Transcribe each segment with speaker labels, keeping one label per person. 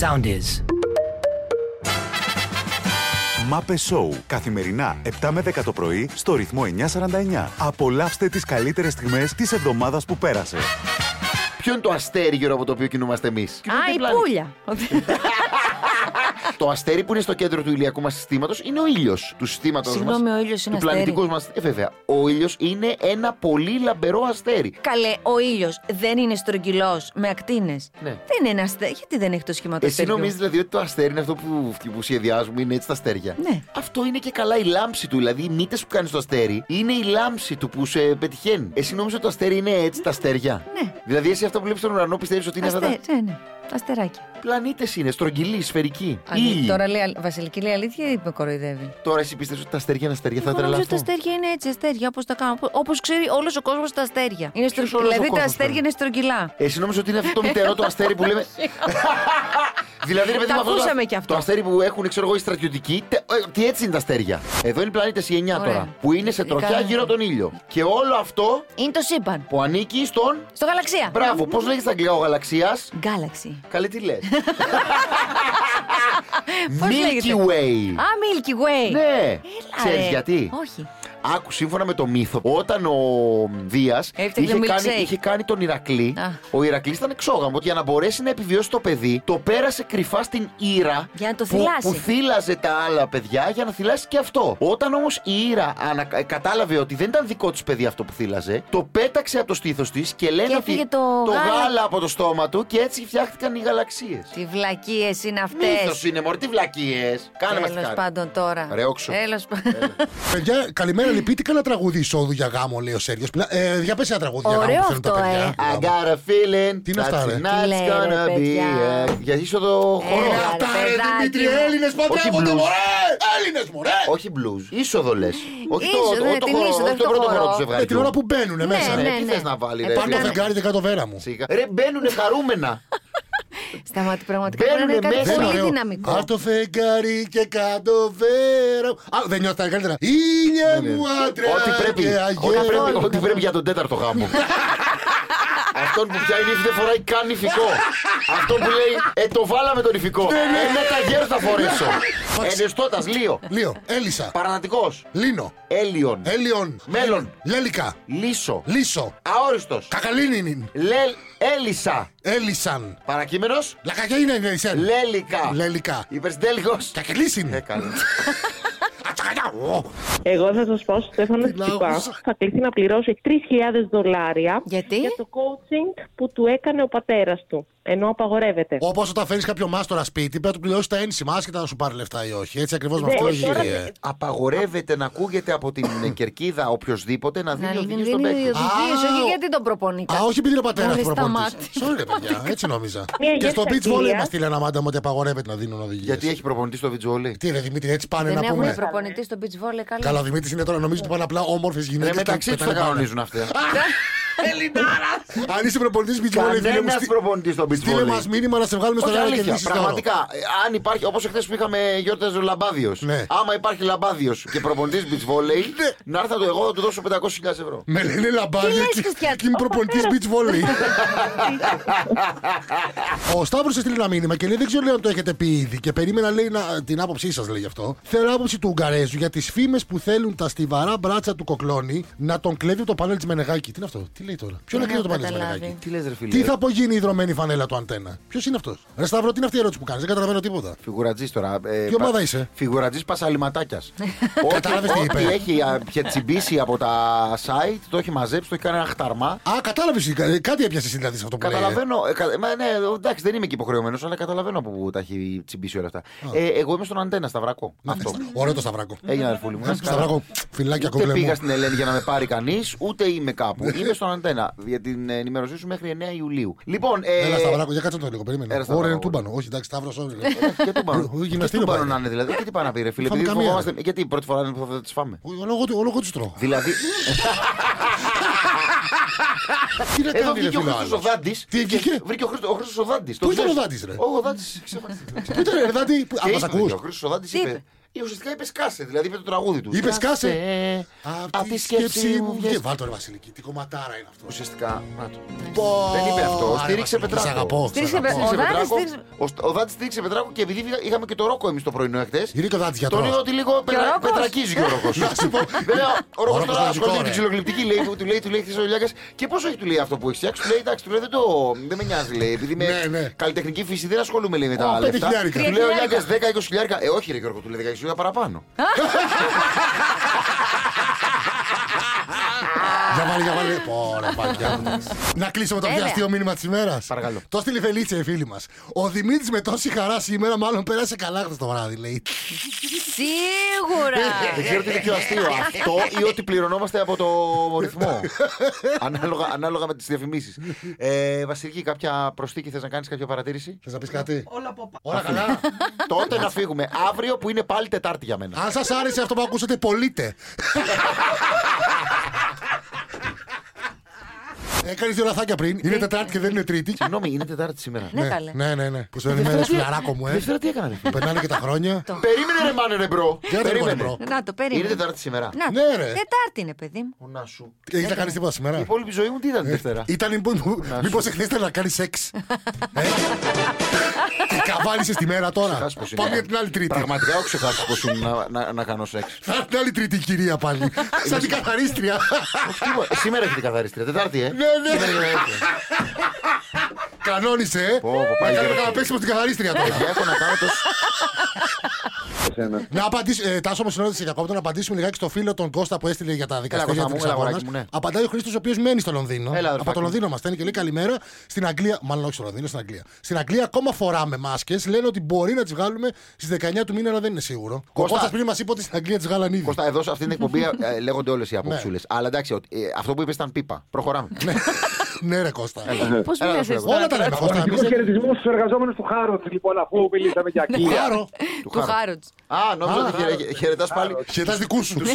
Speaker 1: sound is.
Speaker 2: Μάπε Σόου. Καθημερινά 7 με 10 το πρωί στο ρυθμό 949. Απολαύστε τις καλύτερες στιγμές της εβδομάδας που πέρασε.
Speaker 3: Ποιο είναι το αστέρι γύρω από το οποίο κινούμαστε εμείς.
Speaker 4: Α, η πουλια. Ε,
Speaker 3: Το αστέρι που είναι στο κέντρο του ηλιακού μας συστήματος είναι ο ήλιος του συστήματος μας.
Speaker 4: Συγγνώμη, ο ήλιος είναι
Speaker 3: Του
Speaker 4: αστέρι.
Speaker 3: πλανητικού μας. Ε, βέβαια. Ο ήλιος είναι ένα πολύ λαμπερό αστέρι.
Speaker 4: Καλέ, ο ήλιος δεν είναι στρογγυλός με ακτίνες.
Speaker 3: Ναι.
Speaker 4: Δεν είναι αστέρι. Γιατί δεν έχει το σχήμα του
Speaker 3: Εσύ
Speaker 4: αστεριού?
Speaker 3: νομίζεις δηλαδή ότι το αστέρι είναι αυτό που, που σχεδιάζουμε, είναι έτσι τα αστέρια.
Speaker 4: Ναι.
Speaker 3: Αυτό είναι και καλά η λάμψη του. Δηλαδή, οι μύτες που κάνει στο αστέρι είναι η λάμψη του που σε πετυχαίνει. Εσύ νόμιζε ότι το αστέρι είναι έτσι τα αστέρια.
Speaker 4: Ναι.
Speaker 3: Δηλαδή, εσύ αυτά που βλέπεις στον ουρανό πιστεύεις ότι είναι αυτά τα.
Speaker 4: Αστέρι, ναι, ναι. Αστεράκι.
Speaker 3: Πλανήτες είναι, στρογγυλοί, σφαιρικοί.
Speaker 4: Αλή-
Speaker 3: Ήλιοι.
Speaker 4: Τώρα λέει, αλ- Βασιλική λέει αλήθεια ή με κοροϊδεύει.
Speaker 3: Τώρα εσύ πιστεύεις ότι τα αστέρια είναι αστέρια, θα
Speaker 4: Εγώ νομίζω ότι τα
Speaker 3: τρελαθώ.
Speaker 4: αστέρια είναι έτσι, αστέρια, όπως τα κάνω. Όπως ξέρει όλος ο κόσμος τα αστέρια. Είναι στρο...
Speaker 3: Ποιος όλος ο
Speaker 4: Δηλαδή τα
Speaker 3: κόσμος,
Speaker 4: αστέρια
Speaker 3: παιδί?
Speaker 4: είναι στρογγυλά.
Speaker 3: Εσύ νόμιζε ότι είναι αυτό το μητερό το αστέρι που λέμε. δηλαδή, ρε παιδί
Speaker 4: Τα
Speaker 3: μου, αυτό, το-
Speaker 4: ακούσαμε κι αυτό.
Speaker 3: Το αστέρι που έχουν, ξέρω εγώ, οι στρατιωτικοί. τε- ε, Τι έτσι είναι τα αστέρια. Εδώ είναι οι πλανήτε οι 9
Speaker 4: Ωραία.
Speaker 3: τώρα. Που είναι σε τροχιά
Speaker 4: Κα-
Speaker 3: γύρω από τον ήλιο. Και όλο αυτό
Speaker 4: Είναι το σύμπαν.
Speaker 3: που ανήκει στον.
Speaker 4: Στο γαλαξία.
Speaker 3: Μπράβο, πώς λέγεται στα αγγλικά ο γαλαξίας.
Speaker 4: Galaxy.
Speaker 3: Καλή τι λες.
Speaker 4: Πώς λέγεται?
Speaker 3: Milky Way.
Speaker 4: Α, Milky Way.
Speaker 3: Ναι.
Speaker 4: Έλα, ε.
Speaker 3: Ξέρεις
Speaker 4: ρε.
Speaker 3: γιατί.
Speaker 4: Όχι.
Speaker 3: Άκου, σύμφωνα με το μύθο, όταν ο Δίας
Speaker 4: Έφτιαχνε
Speaker 3: είχε,
Speaker 4: milkshake.
Speaker 3: κάνει, είχε κάνει τον Ηρακλή,
Speaker 4: Α.
Speaker 3: ο Ηρακλής ήταν εξόγαμο. Για να μπορέσει να επιβιώσει το παιδί, το πέρασε κρυφά στην Ήρα.
Speaker 4: Για να το
Speaker 3: που,
Speaker 4: θυλάσει.
Speaker 3: που θύλαζε τα άλλα παιδιά για να θυλάσει και αυτό. Όταν όμως η Ήρα ανα- ε, κατάλαβε ότι δεν ήταν δικό της παιδί αυτό που θύλαζε, το πέταξε από το στήθος της και λένε
Speaker 4: Και
Speaker 3: ότι
Speaker 4: έφυγε το γάλα.
Speaker 3: γάλα από το στόμα του και έτσι φτιάχτηκαν οι γαλαξίες.
Speaker 4: Τι βλακίες είναι αυτές.
Speaker 3: Μύθος είναι, μωρέ, τι βλακίες. Κάνε μας τη
Speaker 4: Τέλο
Speaker 3: χάρη.
Speaker 4: πάντων τώρα.
Speaker 3: Ρε, όξο.
Speaker 4: Τέλος πάντων.
Speaker 5: Παιδιά,
Speaker 4: Mm.
Speaker 5: καλημέρα, λυπήθηκα να τραγουδί εισόδου για γάμο, λέει ο Σέργιος. Ε, για πες ένα τραγούδι για
Speaker 4: Ωραίο
Speaker 5: γάμο που θέλουν τα
Speaker 4: αυτό,
Speaker 5: παιδιά.
Speaker 4: ε.
Speaker 3: I got a feeling
Speaker 5: Τι είναι αυτά,
Speaker 3: that
Speaker 5: ρε?
Speaker 3: tonight's
Speaker 4: Τι λέει, ρε,
Speaker 3: gonna be
Speaker 4: παιδιά.
Speaker 3: a- Γιατί είσαι εδώ χώρο
Speaker 4: Έλα,
Speaker 5: Ε, Αυτά
Speaker 4: ρε,
Speaker 5: ρε
Speaker 4: παιδάκι
Speaker 5: Δημήτρη,
Speaker 4: μου.
Speaker 5: Έλληνες παντρεύονται,
Speaker 3: blues.
Speaker 5: μωρέ! Έλληνες, μωρέ!
Speaker 3: Όχι blues, είσοδο λες Όχι το-
Speaker 4: Είσοδο,
Speaker 3: όχι
Speaker 4: ναι,
Speaker 3: το
Speaker 4: την
Speaker 3: χώρο,
Speaker 4: είσοδο,
Speaker 3: όχι
Speaker 4: όχι
Speaker 3: το
Speaker 4: το
Speaker 3: πρώτο
Speaker 4: χώρο.
Speaker 3: χώρο του
Speaker 5: Με Ε, την ώρα
Speaker 3: ζευγαριού
Speaker 5: που μπαίνουνε μέσα.
Speaker 4: Ναι,
Speaker 5: ρε.
Speaker 3: Τι
Speaker 4: ναι.
Speaker 3: θες να βάλει ρε
Speaker 5: Πάνω το
Speaker 3: φίλε.
Speaker 5: φεγγάρι και κάτω βέρα μου.
Speaker 3: Σιγά. Ρε μπαίνουνε χαρούμενα
Speaker 4: Σταματή, πραγματικά πρέπει
Speaker 3: Μπαίνουνε
Speaker 4: να είναι κάτι
Speaker 3: μέσα.
Speaker 5: Δεν
Speaker 4: πολύ
Speaker 5: ωραίο.
Speaker 4: δυναμικό.
Speaker 5: Απ' το φεγγάρι και κάτω βέρα. μου. Α, δεν νιώθω τα καλύτερα.
Speaker 4: Ναι,
Speaker 5: Ήλια μου άντρα.
Speaker 3: Ό,τι πρέπει,
Speaker 5: και
Speaker 3: ό,τι
Speaker 5: αγέρα.
Speaker 3: πρέπει, ό,τι πρέπει για τον τέταρτο γάμο Αυτόν που πιάνει ύφη δεν φοράει καν ηφικό. Αυτόν που λέει Ε, το βάλαμε τον
Speaker 5: Ναι,
Speaker 3: ηφικό. Ε, με τα γέρ θα φορέσω. Ενεστώτα, Λίο.
Speaker 5: Λίο, Έλισσα,
Speaker 3: Παρανατικός.
Speaker 5: Λίνο,
Speaker 3: Έλιον.
Speaker 5: Έλιον,
Speaker 3: Μέλλον.
Speaker 5: Λέλικα,
Speaker 3: Λύσο.
Speaker 5: Λίσο,
Speaker 3: Αόριστος.
Speaker 5: Κακαλίνιν,
Speaker 3: Λελ. Έλισσα.
Speaker 5: Έλισαν.
Speaker 3: Παρακείμενος.
Speaker 5: Λακαγέινα είναι η Σέλ.
Speaker 3: Λέλικα.
Speaker 5: Λέλικα.
Speaker 3: Υπερστέλγος.
Speaker 5: Κακελίσιν.
Speaker 3: Έκανε.
Speaker 5: Ατσακαλιά. Ω.
Speaker 6: Εγώ θα σας πω, ο Στέφανο
Speaker 5: Τι
Speaker 6: Τσιπά
Speaker 5: λάθος.
Speaker 6: θα κληθεί να πληρώσει 3.000 δολάρια
Speaker 4: Γιατί?
Speaker 6: για το coaching που του έκανε ο πατέρας του. Ενώ απαγορεύεται.
Speaker 5: Όπως όταν φέρει κάποιο μάστορα σπίτι, πρέπει να του πληρώσεις τα ένσημα, άσχετα να σου πάρει λεφτά ή όχι. Έτσι ακριβώς με
Speaker 6: Ναι,
Speaker 5: αυτό
Speaker 6: τώρα-
Speaker 5: γύρει. ε.
Speaker 3: Απαγορεύεται να ακούγεται από την ε, κερκίδα οποιοδήποτε να
Speaker 4: Να ναι,
Speaker 3: δίνει
Speaker 4: μην
Speaker 3: οδηγίε
Speaker 4: δίνει
Speaker 3: στον παίκτη.
Speaker 5: Α,
Speaker 4: οδηγίες, όχι ναι, γιατί τον προπονεί.
Speaker 5: Α, όχι επειδή είναι ο πατέρας
Speaker 4: Μωρέ,
Speaker 5: του προπονητή.
Speaker 4: σταμάτη.
Speaker 5: Sorry, ρε παιδιά, έτσι νόμιζα.
Speaker 6: Μια
Speaker 5: Και στο
Speaker 6: γεύση
Speaker 5: beach volley
Speaker 6: Αγγλίας.
Speaker 5: μα στείλανε αμάντα μου ότι απαγορεύεται να δίνουν οδηγίες.
Speaker 3: Γιατί έχει προπονητή στο βιτζόλι.
Speaker 5: Τι ρε Δημήτρη, έτσι πάνε
Speaker 4: Δεν
Speaker 5: να
Speaker 4: έχουν
Speaker 5: πούμε.
Speaker 4: προπονητή στο beach volley καλά.
Speaker 5: Καλά, ο Δημήτρης είναι τώρα, νομίζω ότι πάνε απλά όμορφες γυναίκε.
Speaker 3: Ρε Ναι, μεταξύ τους θα κανονίζουν αυτά.
Speaker 5: Αν είσαι προπονητής beach volley, φίλε μου,
Speaker 3: Κανένας
Speaker 5: στι-
Speaker 3: προπονητής στο beach
Speaker 5: στείλε μας
Speaker 3: volley.
Speaker 5: μήνυμα να σε βγάλουμε στον
Speaker 3: Όχι
Speaker 5: αέρα και
Speaker 3: αλήθεια.
Speaker 5: λύσει τώρα.
Speaker 3: Πραγματικά, ε, αν υπάρχει, όπως εχθές που είχαμε γιορτέ λαμπάδιος.
Speaker 5: Ναι.
Speaker 3: Άμα υπάρχει λαμπάδιος και προπονητής beach volley, να έρθω εγώ να του δώσω 500.000 ευρώ.
Speaker 5: Με λένε λαμπάδι
Speaker 4: Τι λες,
Speaker 5: και-
Speaker 4: Χριστιανό,
Speaker 5: και είμαι προπονητής beach volley. Ο Σταύρος έστειλε ένα μήνυμα και λέει: Δεν ξέρω λέει, αν το έχετε πει ήδη. Και περίμενα λέει, να, την άποψή σας, λέει γι' αυτό. Θέλω άποψη του Ουγγαρέζου για τις φήμες που θέλουν τα στιβαρά μπράτσα του Κοκλώνη να τον κλέβει από το πανέλ της Μενεγάκη. Τι είναι αυτό, τι λέει τώρα. Ποιο να
Speaker 4: Δεν
Speaker 5: κλέβει το
Speaker 4: έχω
Speaker 5: πανέλ τη
Speaker 4: καταλάβει.
Speaker 5: Μενεγάκη.
Speaker 3: Τι λες, ρε φίλε.
Speaker 5: Τι θα απογίνει η δρομένη φανέλα του αντένα. Ποιος είναι αυτός. Ρε Σταύρο, τι είναι αυτή η ερώτηση που κάνεις. Δεν καταλαβαίνω τίποτα.
Speaker 3: Φιγουρατζής τώρα. Ε,
Speaker 5: Τι ομάδα είσαι?
Speaker 3: Φιγουρατζής Πασαλιματάκια.
Speaker 5: Κατάλαβες τι είπε.
Speaker 3: Ό,τι έχει α, πια τσιμπήσει από τα site, το έχει μαζέψει, το έχει κάνει ένα χταρμά.
Speaker 5: Α, κατάλαβες. Κάτι έπιασες εσύ δηλαδή σε αυτό που λέει. ε.
Speaker 3: Καταλαβαίνω. ε, κα- μα, ναι, εντάξει, δεν είμαι και υποχρεωμένος, αλλά καταλαβαίνω από πού τα έχει τσιμπήσει όλα αυτά. Ε, εγώ είμαι στον αντένα, Σταυρακό. Αυτό.
Speaker 5: Ωραίο το Σταυράκο.
Speaker 3: Έγινε αδερφούλη μου. να είσαι καλά.
Speaker 5: Σταυράκο, φιλάκια
Speaker 3: Ούτε
Speaker 5: κοκλέ μου. Ναι.
Speaker 3: πήγα στην Ελένη για να με πάρει κανείς, ούτε είμαι κάπου. είμαι στον αντένα για την ε, ενημέρωσή σου μέχρι 9 Ιουλίου. Λοιπόν, ε,
Speaker 5: Έλα Σταυράκο, για κάτσε το λίγο, περίμενε.
Speaker 3: Έλα,
Speaker 5: Ωραία,
Speaker 3: Σταυράκο,
Speaker 5: είναι
Speaker 3: ωραία.
Speaker 5: τούμπανο. Όχι, εντάξει, Σταύρος, sorry.
Speaker 3: και τον πάνω.
Speaker 5: Ο
Speaker 3: Και
Speaker 5: γυμναστήριο
Speaker 3: τον πάνω
Speaker 5: πάει.
Speaker 3: να είναι δηλαδή. Και τι πάει να πει, ρε φίλε.
Speaker 5: Φάμε
Speaker 3: επειδή
Speaker 5: καμία.
Speaker 3: φοβόμαστε- Γιατί η πρώτη φορά είναι που θα τις φάμε.
Speaker 5: Ο λόγο του- ο λόγο τους τρώω.
Speaker 3: Δηλαδή.
Speaker 5: Τι να
Speaker 3: Ε, Εδώ
Speaker 5: κάνει, ρε
Speaker 3: βγήκε ο
Speaker 5: φίλο
Speaker 3: Χρήστο ο
Speaker 5: άλλος.
Speaker 3: Δάντη.
Speaker 5: Τι βγήκε?
Speaker 3: Βρήκε ο Χρήστος ο Χρήστος ο Δάντη.
Speaker 5: ήταν ο Δάντης, ρε?
Speaker 3: Ο Δάντη.
Speaker 5: Πού ήταν, ρε, Δάντη, που- α, μας ακούς.
Speaker 3: Ο Χρήστος ο Δάντη
Speaker 4: Τι
Speaker 3: είπε.
Speaker 4: είπε?
Speaker 3: ή ουσιαστικά είπε κάσε, δηλαδή με το τραγούδι του.
Speaker 5: Είπε κάσε.
Speaker 3: Απ' τη σκέψη μου
Speaker 5: Και
Speaker 3: βγες.
Speaker 5: βάλ το ρε Βασιλική, τι κομματάρα είναι αυτό.
Speaker 3: Ουσιαστικά. να το.
Speaker 5: Πω,
Speaker 3: Δεν είπε αυτό,
Speaker 5: άρε,
Speaker 3: στήριξε
Speaker 5: Βασιλική,
Speaker 3: Πετράκο.
Speaker 5: Σ' αγαπώ. σ'
Speaker 4: Στήριξε
Speaker 5: αγαπώ.
Speaker 3: Στήριξε
Speaker 4: Πε- Ο Δάνης
Speaker 3: Πετράκο.
Speaker 4: στήριξε-
Speaker 3: Ο- Ο Δάντη στήριξε Πετράκο και επειδή είχαμε και το ρόκο εμείς το πρωινό εχθές.
Speaker 5: Είναι και ο Δάντης γιατρός.
Speaker 3: Τον είδα ότι λίγο πετρα-
Speaker 4: Ρόκος.
Speaker 3: πετρακίζει και ο Ρόκος.
Speaker 5: Να σου πω.
Speaker 3: Ο Ρόκος
Speaker 5: Ρόκος
Speaker 3: τώρα
Speaker 5: τραγικό,
Speaker 3: ασχολείται με
Speaker 5: ρε.
Speaker 3: την ξυλοκληπτική, λέει, του- του λέει, του λέει χθες ο Λιάκας. Και πόσο έχει του λέει αυτό που έχει φτιάξει. Του λέει, εντάξει, του λέει, δεν το- δεν με νοιάζει, λέει, επειδή
Speaker 5: Ναι, ναι.
Speaker 3: με καλλιτεχνική φύση δεν ασχολούμαι, λέει, με τα
Speaker 5: Ω,
Speaker 3: άλλα. λεφτά.
Speaker 5: πενταχιλιάρικα.
Speaker 3: Του λέει ο
Speaker 4: Τριαντιλιάρικα.
Speaker 3: Λιάκα 10-20 χιλιάρικα. Ε, όχι, ρε Γιώργο, του λέει 10-20 χιλιάρικα παραπάνω.
Speaker 5: Για βάλε, για βάλε. Πω, ρε, παπιά μου. Να κλείσουμε το πιο
Speaker 4: Έλα.
Speaker 5: αστείο μήνυμα της ημέρας.
Speaker 3: Παρακαλώ.
Speaker 5: Το στείλει η Φελίτσια, η φίλη μας. Ο Δημήτρης με τόση χαρά σήμερα, μάλλον πέρασε καλά χθες το βράδυ, λέει.
Speaker 4: Σίγουρα.
Speaker 3: Δεν ξέρω τι είναι πιο αστείο, αυτό ή ότι πληρωνόμαστε από το ρυθμό. ανάλογα, ανάλογα με τι διαφημίσει. Ε, Βασιλική, κάποια προστίκη θε να κάνει, κάποια παρατήρηση.
Speaker 5: Θε να πει κάτι. Όλα από Όλα καλά.
Speaker 3: Τότε να φύγουμε. Αύριο που είναι πάλι Τετάρτη για μένα.
Speaker 5: Αν σα άρεσε αυτό που ακούσατε, πωλείτε. Έκανε δύο λαθάκια πριν. Είναι Τετάρτη και δεν είναι Τρίτη.
Speaker 3: Συγγνώμη, είναι Τετάρτη σήμερα.
Speaker 4: Ναι, καλέ.
Speaker 5: ναι, ναι, ναι. Που σου είναι φιλαράκο μου, ε.
Speaker 3: Δευτέρα τι έκανα, ρε φίλε.
Speaker 5: Περνάνε και τα χρόνια.
Speaker 3: Περίμενε ρε μάνε ρε μπρο.
Speaker 5: Για δεν μπορεί, μπρο.
Speaker 4: Να το
Speaker 3: Είναι
Speaker 4: περίμενα.
Speaker 3: Τετάρτη σήμερα.
Speaker 4: Να,
Speaker 5: Ναι, ρε.
Speaker 4: Τετάρτη είναι, παιδί μου.
Speaker 3: Ω, Να σου.
Speaker 5: Και έχεις να κάνεις τίποτα
Speaker 3: Η
Speaker 5: σήμερα.
Speaker 3: υπόλοιπη ζωή μου τι ήταν
Speaker 5: Ε,
Speaker 3: τη Δευτέρα.
Speaker 5: Ήταν λοιπόν Μήπω εχθέ ήθελε να κάνεις σεξ. Ε, Τι καβάλισες τη μέρα τώρα.
Speaker 3: Ξεχάσει πως είναι.
Speaker 5: Πάμε για την άλλη Τρίτη.
Speaker 3: Πραγματικά έχω ξεχάσει πώ είναι να- να- να κάνω σεξ.
Speaker 5: Θα έρθει την άλλη Τρίτη η κυρία πάλι. Σαν την καθαρίστρια.
Speaker 3: Τίποτα. Σήμερα έχετε καθαρίστρια. Τετάρτη, ε.
Speaker 5: Ναι, ναι.
Speaker 3: Σήμερα έχετε.
Speaker 5: Κανόνισε, ε.
Speaker 3: Πω, πω, πάει
Speaker 5: Έκανε
Speaker 3: γερό.
Speaker 5: κανένα παίξιμο στην καθαρίστρια τώρα.
Speaker 3: Παιδιά, έχω να κάνω τόσο.
Speaker 5: Να απαντήσω, ε, Τάσο, με συνόδησε για κόμματα να απαντήσουμε λιγάκι στο φίλο τον Κώστα που έστειλε για τα δικαστήρια
Speaker 3: Κώστα
Speaker 5: της
Speaker 3: μου, έλα,
Speaker 5: Ξαγόνα.
Speaker 3: αγοράκι μου, ναι.
Speaker 5: Απαντάει ο Χρήστος, ο οποίος μένει στο Λονδίνο.
Speaker 3: Έλα,
Speaker 5: από
Speaker 3: αδερφάκι
Speaker 5: το
Speaker 3: μου.
Speaker 5: Λονδίνο μας στέλνει και λέει καλημέρα. Στην Αγγλία, μάλλον όχι στο Λονδίνο, στην Αγγλία. Στην Αγγλία ακόμα φοράμε μάσκες. Λένε ότι μπορεί να τις βγάλουμε στις 19 του μήνα, αλλά δεν είναι σίγουρο.
Speaker 3: Κώστα.
Speaker 5: Ο Κώστα πριν μας είπε ότι στην Αγγλία τις βγάλαν ήδη.
Speaker 3: Κώστα, εδώ σε αυτή την εκπομπή ε, λέγονται όλες οι αποψούλε. Αλλά εντάξει, ότι, ε, αυτό που είπες ήταν πίπα. Προχωράμε.
Speaker 5: Ναι. ναι, ρε Κώστα.
Speaker 4: Πώς
Speaker 3: Έλα,
Speaker 4: μιλάς
Speaker 3: ρε,
Speaker 4: έτσι.
Speaker 5: Όλα τα λέμε, Κώστα.
Speaker 1: Πολιτικό
Speaker 5: εμείς-
Speaker 1: χαιρετισμός στους εργαζόμενους του Χάρου, λοιπόν, αφού μιλήσαμε για
Speaker 5: Του
Speaker 1: κύριο.
Speaker 5: χάρω.
Speaker 4: Του Χάροτς.
Speaker 3: Α, νόμιζα ότι χαιρετάς πάλι
Speaker 5: Χαιρετάς δικούς σου.
Speaker 3: τους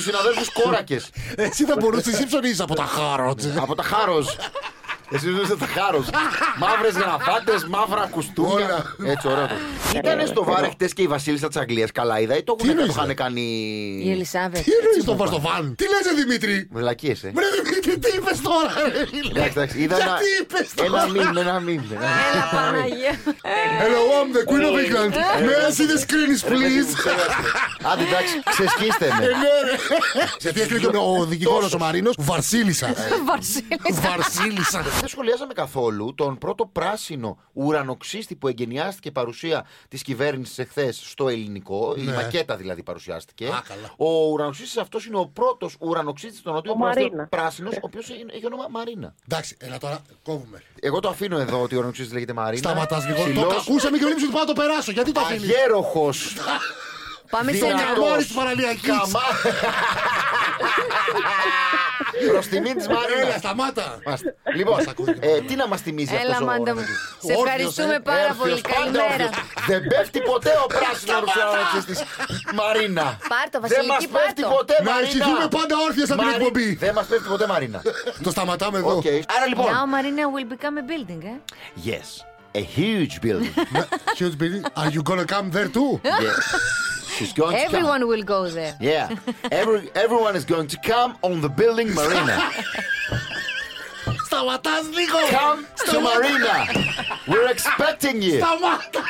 Speaker 3: συναδέλφους κόρακες.
Speaker 5: Εσύ θα μπορούσες εσύ ψωνίζεις από τα χάρο.
Speaker 3: Από τα χάρος. Εσύ δεν είσαι τα χάρος. Μαύρες γραφάτες, μαύρα κουστούμια.
Speaker 5: Όλα.
Speaker 3: Έτσι, ωραίο. Ήταν στο βάρ χτες και η Βασίλισσα της Αγγλίας. Καλά, είδα ή το έχουν- το
Speaker 5: εννοείς, ε? ρε?
Speaker 3: είχαν κάνει.
Speaker 4: Η Ελισάβετ.
Speaker 5: Τι εννοείς το Βαρδοβάν. Τι λες, Δημήτρη.
Speaker 3: Μελακίε, ε.
Speaker 5: Βρε Δημήτρη, τι είπες τώρα, ρε, φίλε.
Speaker 3: Εντάξει, εντάξει, είδα
Speaker 5: Γιατί
Speaker 3: ένα-
Speaker 5: είπες τώρα.
Speaker 3: ένα μήνυμα, ένα μήνυμα.
Speaker 4: Έλα, Παναγία.
Speaker 5: Hello, I'm the Queen of England. May I see the screens, please? ναι,
Speaker 3: Άντε, εντάξει, ξεσκίστε με.
Speaker 5: ε, Σε τι έκρινε ο δικηγόρος ο Μαρίνος. Βαρσίλισσα. ε.
Speaker 4: Βασίλισσα.
Speaker 5: Βαρσίλισσα.
Speaker 3: Δεν σχολιάσαμε καθόλου τον πρώτο πράσινο ουρανοξύστη που εγκαινιάστηκε παρουσία της κυβέρνησης εχθές στο ελληνικό. Η μακέτα δηλαδή παρουσιάστηκε.
Speaker 5: Ναι. Α, καλά.
Speaker 3: Ο ουρανοξύστης αυτός είναι ο πρώτος ουρανοξύστης των Νότιων
Speaker 6: Ο Μαρίνα.
Speaker 3: Πράσινος, ο οποίος έχει όνομα Μαρίνα.
Speaker 5: Εντάξει, έλα τώρα, κόβουμε.
Speaker 3: Εγώ το αφήνω εδώ ότι ο ουρανοξύστης λέγεται Μαρίνα.
Speaker 5: Σταματάς λίγο. Το
Speaker 3: Ψηλός,
Speaker 5: κακούσαμε και βλέπεις ότι πάω να το περάσω. Γιατί το αφήνεις.
Speaker 3: Αγέροχος.
Speaker 4: Πάμε σε
Speaker 3: Δυνατός.
Speaker 4: ένα.
Speaker 5: Καμάρι της παραλιακής.
Speaker 3: Καμά. Προς τιμή της
Speaker 5: Έλα,
Speaker 3: Μαρίνας.
Speaker 5: σταμάτα.
Speaker 3: Μάλιστα. Λοιπόν,
Speaker 5: Μας ακούει.
Speaker 3: ε, τι να μας θυμίζει
Speaker 4: Έλα,
Speaker 3: αυτός ο
Speaker 4: μάντα μου.
Speaker 3: ουρανοξύστης.
Speaker 4: Σε ευχαριστούμε πάρα πολύ.
Speaker 3: Έρθιος, ε, πάντα
Speaker 4: Καλημέρα.
Speaker 3: έρθιος. Δεν πέφτει ποτέ ο πράσινο ρουσιανότσι της Μαρίνα.
Speaker 4: Πάρ' το,
Speaker 3: Δεν
Speaker 4: Βασιλική,
Speaker 3: μας
Speaker 4: πάρ'
Speaker 3: πέφτει
Speaker 4: το.
Speaker 3: ποτέ
Speaker 5: Να
Speaker 3: Μαρίνα.
Speaker 5: ευχηθούμε πάντα όρθια σαν την
Speaker 3: Μαρι-
Speaker 5: εκπομπή.
Speaker 3: Δεν μας πέφτει ποτέ Μαρίνα.
Speaker 5: Το σταματάμε εδώ.
Speaker 3: Οκ. Άρα λοιπόν.
Speaker 4: Now Marina will become a building, ε.
Speaker 3: Yes. A huge building.
Speaker 5: Ναι, Huge baby, are you gonna come there too?
Speaker 3: Yes. She's going to come.
Speaker 4: Everyone will go there.
Speaker 3: Yeah. Every, everyone is going to come on the building Marina.
Speaker 5: Σταματάς λίγο.
Speaker 3: Come to Marina. We're expecting you.
Speaker 5: Σταμάτα.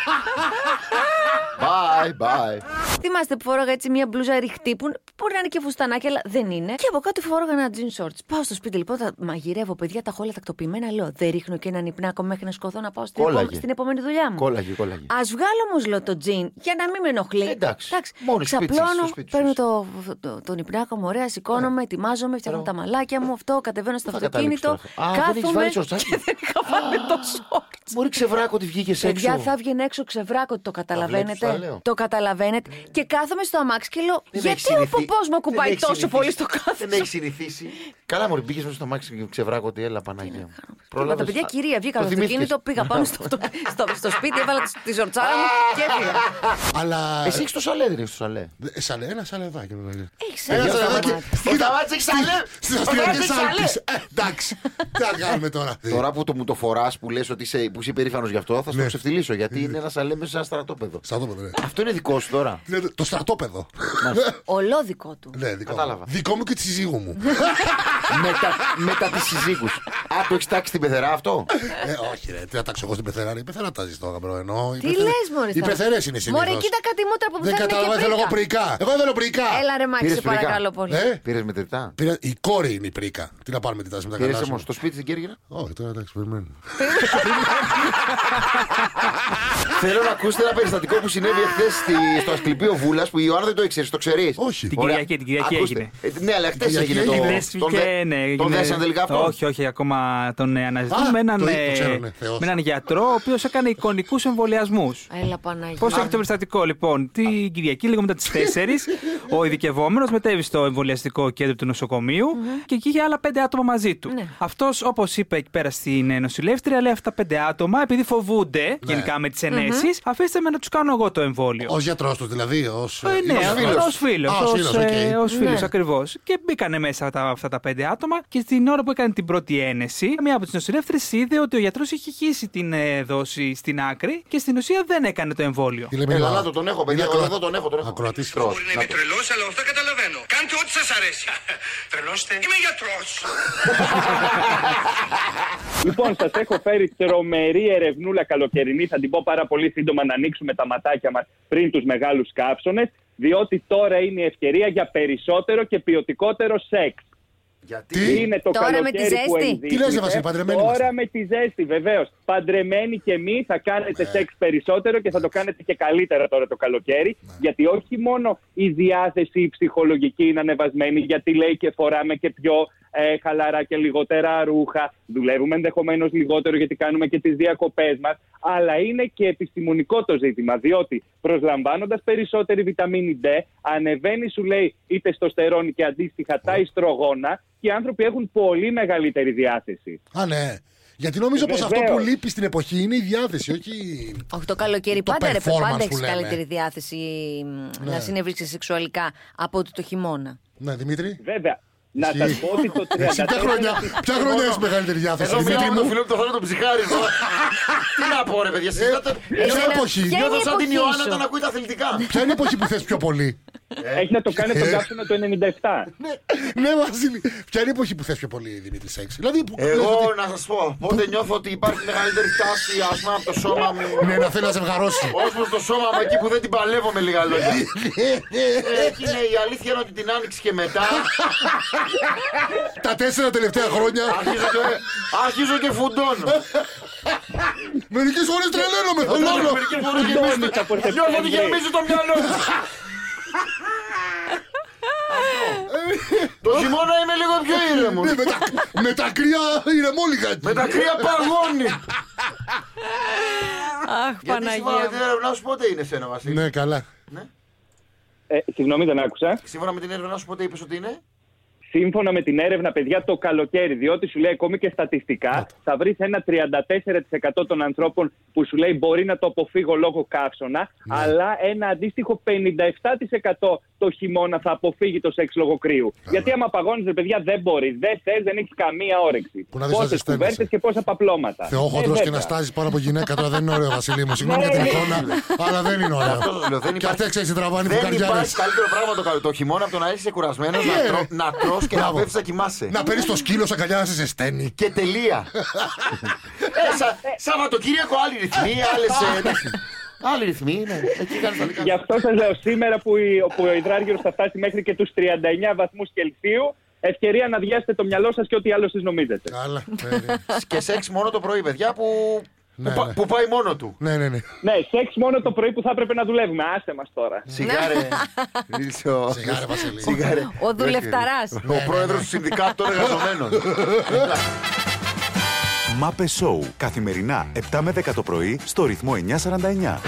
Speaker 3: Bye, bye.
Speaker 4: Θυμάστε που φόραγα έτσι μια μπλούζα ρηχτή που μπορεί να είναι και φουστανάκι, αλλά δεν είναι. Και από κάτω φόραγα ένα jean shorts. Πάω στο σπίτι λοιπόν, θα μαγειρεύω παιδιά τα χόλα τακτοποιημένα. Λέω δεν ρίχνω και έναν υπνάκο μέχρι να σκοθώ να πάω στην,
Speaker 3: Κόλλαγε.
Speaker 4: επόμε- στην επόμενη δουλειά μου.
Speaker 3: Κόλλαγε, κόλλαγε.
Speaker 4: Ας βγάλω όμως λέω το τζιν για να μην με ενοχλεί.
Speaker 3: Εντάξει. Μόνη σου, σπίτι σου, στο
Speaker 4: Ξαπλώνω,
Speaker 3: σπίτι σου.
Speaker 4: παίρνω το, το, τον υπνάκο μου, ωραία, σηκώνομαι, ετοιμάζομαι, φτιάχνω τα μαλάκια μου, αυτό, κατεβαίνω στο
Speaker 3: Θα καταλήξω
Speaker 4: αυτοκίνητο.
Speaker 3: τώρα. Α, δεν έχεις βάλει σορτσάκι.
Speaker 4: είχα βάλει το shorts.
Speaker 3: Μπορεί ξεβράκο ότι βγήκε έξω.
Speaker 4: Παιδιά, θα βγαινε έξω ξεβράκο, το
Speaker 3: βλέπεις, τα
Speaker 4: καταλαβαίνετε.
Speaker 3: λέω.
Speaker 4: Το καταλαβαίνετε. Και κάθομαι στο αμάξι και λέω,
Speaker 3: Δεν
Speaker 4: γιατί
Speaker 3: έχει
Speaker 4: ο
Speaker 3: συνηθίσει-
Speaker 4: ποπό μου
Speaker 3: δεν
Speaker 4: κουμπάει
Speaker 3: έχει
Speaker 4: τόσο
Speaker 3: συνηθίσει-
Speaker 4: πολύ στο κάθε
Speaker 3: Δεν έχει συνηθίσει. Καλά, μου μπήκες μέσα στο μάξι και ξεβράκω ότι έλα Παναγία.
Speaker 4: Πρόλαβα. Τα παιδιά, κυρία, βγήκα από το αυτοκίνητο, πήγα πάνω στο, στο, στο σπίτι, έβαλα τη- τη ζορτσάρα μου και έφυγα.
Speaker 5: Αλλά...
Speaker 3: Εσύ έχεις το σαλέ, δεν έχεις το σαλέ.
Speaker 5: Ε, Σαν ένα σαλεδάκι.
Speaker 4: Έχεις
Speaker 5: Ένα
Speaker 4: ένα
Speaker 5: σαλεδάκι.
Speaker 4: σαλεδάκι.
Speaker 5: Στην-
Speaker 3: Ο Σταμάτης έχει σαλέ.
Speaker 5: Στις
Speaker 3: Ο
Speaker 5: αστυνομικές
Speaker 3: Σταμάτης έχει
Speaker 5: άλπεις. Ε, Εντάξει. Τι θα κάνουμε τώρα.
Speaker 3: Τώρα που το μου το φοράς που λες ότι είσαι, που είσαι περήφανος γι' αυτό, θα στο
Speaker 5: Ναι.
Speaker 3: ξεφτυλίσω γιατί είναι ένας αλέμιος σε ένα στρατόπεδο.
Speaker 5: Στρατόπεδο, ναι.
Speaker 3: Αυτό είναι δικό σου τώρα.
Speaker 5: Ναι, Το στρατόπεδο.
Speaker 4: Ολό δικό του.
Speaker 5: Ναι, δικό μου.
Speaker 3: Κατάλαβα.
Speaker 5: Δικό μου και της συζύγου μου.
Speaker 3: μετά, μετά τη συζύγους. Α, το έχεις τάξει την πεθερά αυτό.
Speaker 5: ε, όχι, ρε, τι να τάξω εγώ στην πεθερά. ρε. Η πεθερά τα ζεις το γαμπρό. Ενώ. η
Speaker 4: Τι
Speaker 5: πεθερά-
Speaker 4: λες, μωρέ,
Speaker 5: Οι
Speaker 4: τώρα.
Speaker 5: πεθερές είναι συνήθως.
Speaker 4: Μωρέ, κοίτα κάτι μούτρα που μου
Speaker 5: Δεν
Speaker 4: φέρνουνε και
Speaker 5: κατάλαβα, θέλω εγώ
Speaker 4: πρίκα.
Speaker 5: πρικά. Εγώ θέλω πρικά.
Speaker 4: Έλα ρε Μάκη,
Speaker 3: Πήρες
Speaker 4: σε
Speaker 3: πυρικά.
Speaker 4: παρακαλώ πολύ.
Speaker 5: Ε,
Speaker 3: Πήρες μετρητά.
Speaker 5: πήρα- η κόρη είναι η πρίκα. Τι να πάρουμε τη τάση με τα
Speaker 3: Πήρες
Speaker 5: καλά
Speaker 3: όμως
Speaker 5: σου.
Speaker 3: στο σπίτι στην Κέρκυρα.
Speaker 5: Όχι, τώρα εντάξει, περιμένουμε.
Speaker 3: Θέλω να ακούσετε ένα περιστατικό που συνέβη εχθές στο Ασκληπείο Βούλας που η Ιωάννα δεν το ήξερε, το ξέρεις.
Speaker 5: Όχι.
Speaker 7: Την
Speaker 3: Ωραία.
Speaker 7: Κυριακή, την Κυριακή
Speaker 3: Ακούστε.
Speaker 7: έγινε.
Speaker 3: Ε, ναι, αλλά χτε
Speaker 5: Την
Speaker 3: έγινε
Speaker 5: Κυριακή
Speaker 3: το.
Speaker 5: έγινε.
Speaker 7: Χθες
Speaker 3: τον δε-
Speaker 7: βγήκε, ναι,
Speaker 3: Τον
Speaker 7: έγινε-
Speaker 3: δέσαν τελικά αυτό.
Speaker 7: Όχι, όχι, ακόμα τον ε, αναζητούμε
Speaker 5: Α,
Speaker 7: με
Speaker 5: το
Speaker 7: έναν,
Speaker 5: ήξερα,
Speaker 7: ε,
Speaker 5: ξέρω, ναι, θεός.
Speaker 7: με έναν γιατρό ο οποίος έκανε εικονικούς εμβολιασμούς.
Speaker 4: Έλα Παναγία.
Speaker 7: Πώς έχει το περιστατικό, λοιπόν. Την Κυριακή, λίγο μετά τις 4, ο ειδικευόμενος μετέβη στο εμβολιαστικό κέντρο του νοσοκομείου και εκεί είχε άλλα πέντε άτομα μαζί του.
Speaker 4: Ναι.
Speaker 7: Αυτός, όπως είπε εκεί πέρα στην ε, νοσηλεύτρια, λέει αυτά τα πέντε άτομα, επειδή
Speaker 3: Ναι.
Speaker 7: φοβούνται γενικά με τις ενέσεις, αφήστε με να τους κάνω εγώ το εμβόλιο.
Speaker 5: Ως γιατρός τους δηλαδή, ως.
Speaker 7: Ε, ναι, ω φίλο.
Speaker 5: Α, ως φίλο, οκ.
Speaker 7: Ως φίλος,
Speaker 4: Ναι.
Speaker 7: ακριβώς. Και μπήκανε μέσα τα, αυτά τα πέντε άτομα και στην ώρα που έκανε την πρώτη ένεση, μία από τις νοσηλεύτρες είδε ότι ο γιατρός είχε χύσει την ε, δόση στην άκρη και στην ουσία δεν έκανε το εμβόλιο.
Speaker 5: Τι λέμε,
Speaker 3: Έλα,
Speaker 5: είναι
Speaker 3: να
Speaker 5: α-
Speaker 3: το τον έχω, παιδιά.
Speaker 5: είναι
Speaker 3: Εγώ
Speaker 5: ακροα-
Speaker 3: εδώ τον έχω. Τον έχω.
Speaker 5: ακροατής.
Speaker 3: Τρως.
Speaker 8: Μπορεί να
Speaker 3: Να
Speaker 8: είμαι
Speaker 3: το.
Speaker 8: τρελός, αλλά αυτό καταλαβαίνω. Κάντε ό,τι σας αρέσει. Τρελώστε. Είμαι γιατρός.
Speaker 9: Λοιπόν, σας έχω φέρει τρομερή ερευνούλα καλοκαιρινή. Θα την πω πάρα πολύ σύντομα να ανοίξουμε τα ματάκια μας πριν τους μεγάλους καύσονες. Διότι τώρα είναι η ευκαιρία για περισσότερο και ποιοτικότερο σεξ.
Speaker 5: Τι.
Speaker 9: Είναι το
Speaker 4: Τώρα με τη
Speaker 9: καλοκαίρι που
Speaker 4: ζέστη.
Speaker 9: ενδύεται.
Speaker 5: Τι λες, ρε Βασίλη, παντρεμένοι είμαστε.
Speaker 9: Τώρα με τη ζέστη, βεβαίως. Παντρεμένοι και μη θα κάνετε σεξ περισσότερο και θα το κάνετε και καλύτερα τώρα το καλοκαίρι. Γιατί όχι μόνο η διάθεση η ψυχολογική είναι ανεβασμένη, γιατί λέει και φοράμε και πιο ε, χαλαρά και λιγότερα ρούχα. Δουλεύουμε ενδεχομένως λιγότερο γιατί κάνουμε και τις διακοπές μας. Αλλά είναι και επιστημονικό το ζήτημα, διότι προσλαμβάνοντας περισσότερη βιταμίνη D, ανεβαίνει, σου λέει, η τεστοστερόνη και αντίστοιχα τα ιστρογόνα και οι άνθρωποι έχουν πολύ μεγαλύτερη διάθεση.
Speaker 5: Α, ναι. Γιατί νομίζω πως αυτό
Speaker 9: Βεβαίως.
Speaker 5: που λείπει στην εποχή είναι η διάθεση, όχι.
Speaker 4: Όχι το καλοκαίρι,
Speaker 5: Το
Speaker 4: πάντα ρε παιδί,
Speaker 5: performance
Speaker 4: πάντα
Speaker 5: που
Speaker 4: έχει
Speaker 5: λέμε.
Speaker 4: καλύτερη διάθεση μ, να συνευρίσκεσαι σεξουαλικά από ότι το χειμώνα.
Speaker 5: Ναι, Δημήτρη.
Speaker 9: Βέβαια, να
Speaker 5: Ισχύει.
Speaker 9: σας πω ότι το
Speaker 5: Εσύ ποια
Speaker 9: 34%.
Speaker 5: χρόνια, ποια χρόνια έχεις μεγαλύτερη διάθεση,
Speaker 3: Εδώ μιλάω
Speaker 5: Δημήτρη
Speaker 3: με τον
Speaker 5: μου.
Speaker 3: φίλο μου, τον θέλω τον ψυχάρι. εδώ. Τι να πω, ρε παιδιά. συζητάτε-
Speaker 5: Ποια
Speaker 4: Εσένα-
Speaker 5: εποχή.
Speaker 4: ποια-
Speaker 3: Νιώθω
Speaker 4: είναι η
Speaker 3: σαν την
Speaker 4: εποχή
Speaker 3: Ιωάννα
Speaker 4: σου?
Speaker 3: όταν ακούει τα αθλητικά.
Speaker 5: Ποια είναι η εποχή που θες πιο πολύ.
Speaker 9: Έχει να το κάνει
Speaker 5: Ε.
Speaker 9: τον καύσωνα του 97.
Speaker 5: ναι, Βασίλη. Ποια είναι η εποχή που θες πιο πολύ, Δημήτρη Σέξ. Δηλαδή, που λες
Speaker 3: Εγώ
Speaker 5: ότι-
Speaker 3: να σας πω, πότε νιώθω ότι υπάρχει μεγαλύτερη τάση ας πούμε από το σώμα μου.
Speaker 5: Ναι, να θέλει να σε βγαρώσει.
Speaker 3: Ως προς το σώμα μου εκεί που δεν την παλεύω με λίγα λόγια. Ε, Εκεί είναι η αλήθεια είναι ότι την άνοιξε και μετά
Speaker 5: Τα τέσσερα τελευταία χρόνια
Speaker 3: αρχίζω και, αρχίζω και φουντώνω.
Speaker 5: μερικές φορές τρελαίνομαι.
Speaker 3: Φουντώνω,
Speaker 5: Θέλω
Speaker 3: μερικές φορές γεμίζει το- Νιώθω ότι γεμίζει το μυαλό μου. Αυτό. Το χειμώνα είμαι λίγο πιο ήρεμο.
Speaker 5: Ναι, με τα, με τα κρύα ηρεμόλυγα.
Speaker 3: Ε, Με τα κρύα παγώνει.
Speaker 4: Αχ,
Speaker 3: Γιατί σύμφωνα με την έρευνά σου πότε είναι σένα, Βασίλη.
Speaker 5: Ναι, καλά.
Speaker 9: Ε, συγγνώμη, δεν άκουσα.
Speaker 3: Σύμφωνα με την έρευνά σου πότε είπες ότι είναι.
Speaker 9: Σύμφωνα με την έρευνα, παιδιά, το καλοκαίρι, διότι σου λέει ακόμη και στατιστικά, θα βρεις ένα 34% των ανθρώπων που σου λέει μπορεί να το αποφύγω λόγω καύσωνα,
Speaker 5: Ναι.
Speaker 9: αλλά ένα αντίστοιχο 57% το χειμώνα θα αποφύγει το σεξ λόγω κρύου. Γιατί άμα παγώνεις, ρε παιδιά, δεν μπορείς, δεν θες, δεν έχεις καμία όρεξη.
Speaker 5: Που να δεις να
Speaker 9: Πόσε
Speaker 5: ζεσταίνεσαι.
Speaker 9: κουβέρτες και πόσα παπλώματα.
Speaker 5: Θεόχοντρος
Speaker 9: Ε,
Speaker 5: και να
Speaker 9: βέβαια.
Speaker 5: στάζεις πάνω από γυναίκα τώρα δεν είναι ωραίο, Βασίλη μου. Συγγνώμη για την εικόνα, αλλά δεν είναι ωραίο.
Speaker 3: Ναι. Αυτό σας λέω, δεν
Speaker 5: Και
Speaker 3: υπάρχει-
Speaker 5: αυτά ξέρεις, τραβάνε
Speaker 3: Δεν
Speaker 5: φουκαριάρες.
Speaker 3: υπάρχει καλύτερο πράγμα το, καλο- το χειμώνα από το να είσαι κουρασμένος, να,
Speaker 5: Ναι,
Speaker 3: τρώ,
Speaker 5: ρε.
Speaker 3: να τρως και να
Speaker 5: Μπράβο.
Speaker 3: πέφτεις να κοιμάσαι.
Speaker 5: Να παίρνεις το σκύλο σαν καλιά να σε ζεσταίνει.
Speaker 3: Και τελεία. ε, σα, Σαββατοκύριακο άλλη ρυθμή, ε, ναι. άλλε. Άλλη ρυθμή, ναι. Εκεί κάνεις τα δικά
Speaker 9: Γι'
Speaker 3: σου.
Speaker 9: αυτό σας λέω σήμερα που, η- που ο υδράργυρος θα φτάσει μέχρι και τους 39 βαθμούς Κελσίου. Ευκαιρία να διάσετε το μυαλό σας και ό,τι άλλο εσείς νομίζετε.
Speaker 5: Καλά. ναι, ναι.
Speaker 3: Και σεξ μόνο το πρωί, παιδιά που,
Speaker 5: Ναι,
Speaker 3: που, πα-
Speaker 5: ναι.
Speaker 3: που πάει μόνο του.
Speaker 5: Ναι, ναι, ναι.
Speaker 9: Ναι, σεξ μόνο το πρωί που θα έπρεπε να δουλεύουμε. Άσε μας τώρα.
Speaker 3: Σιγάρε. Ήλσο.
Speaker 5: Σιγά, ρε, Βασίλη.
Speaker 3: Σιγάρε.
Speaker 4: Ο δουλευταράς.
Speaker 3: Ο
Speaker 5: Ναι,
Speaker 3: πρόεδρο του Συνδικάτου των Εργαζομένων.
Speaker 2: Μάπε Σόου. Καθημερινά 7 με 10 το πρωί στο ρυθμό 949.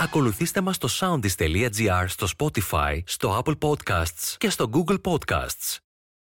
Speaker 10: Ακολουθήστε μας στο soundis.gr, στο Spotify, στο Apple Podcasts και στο Google Podcasts.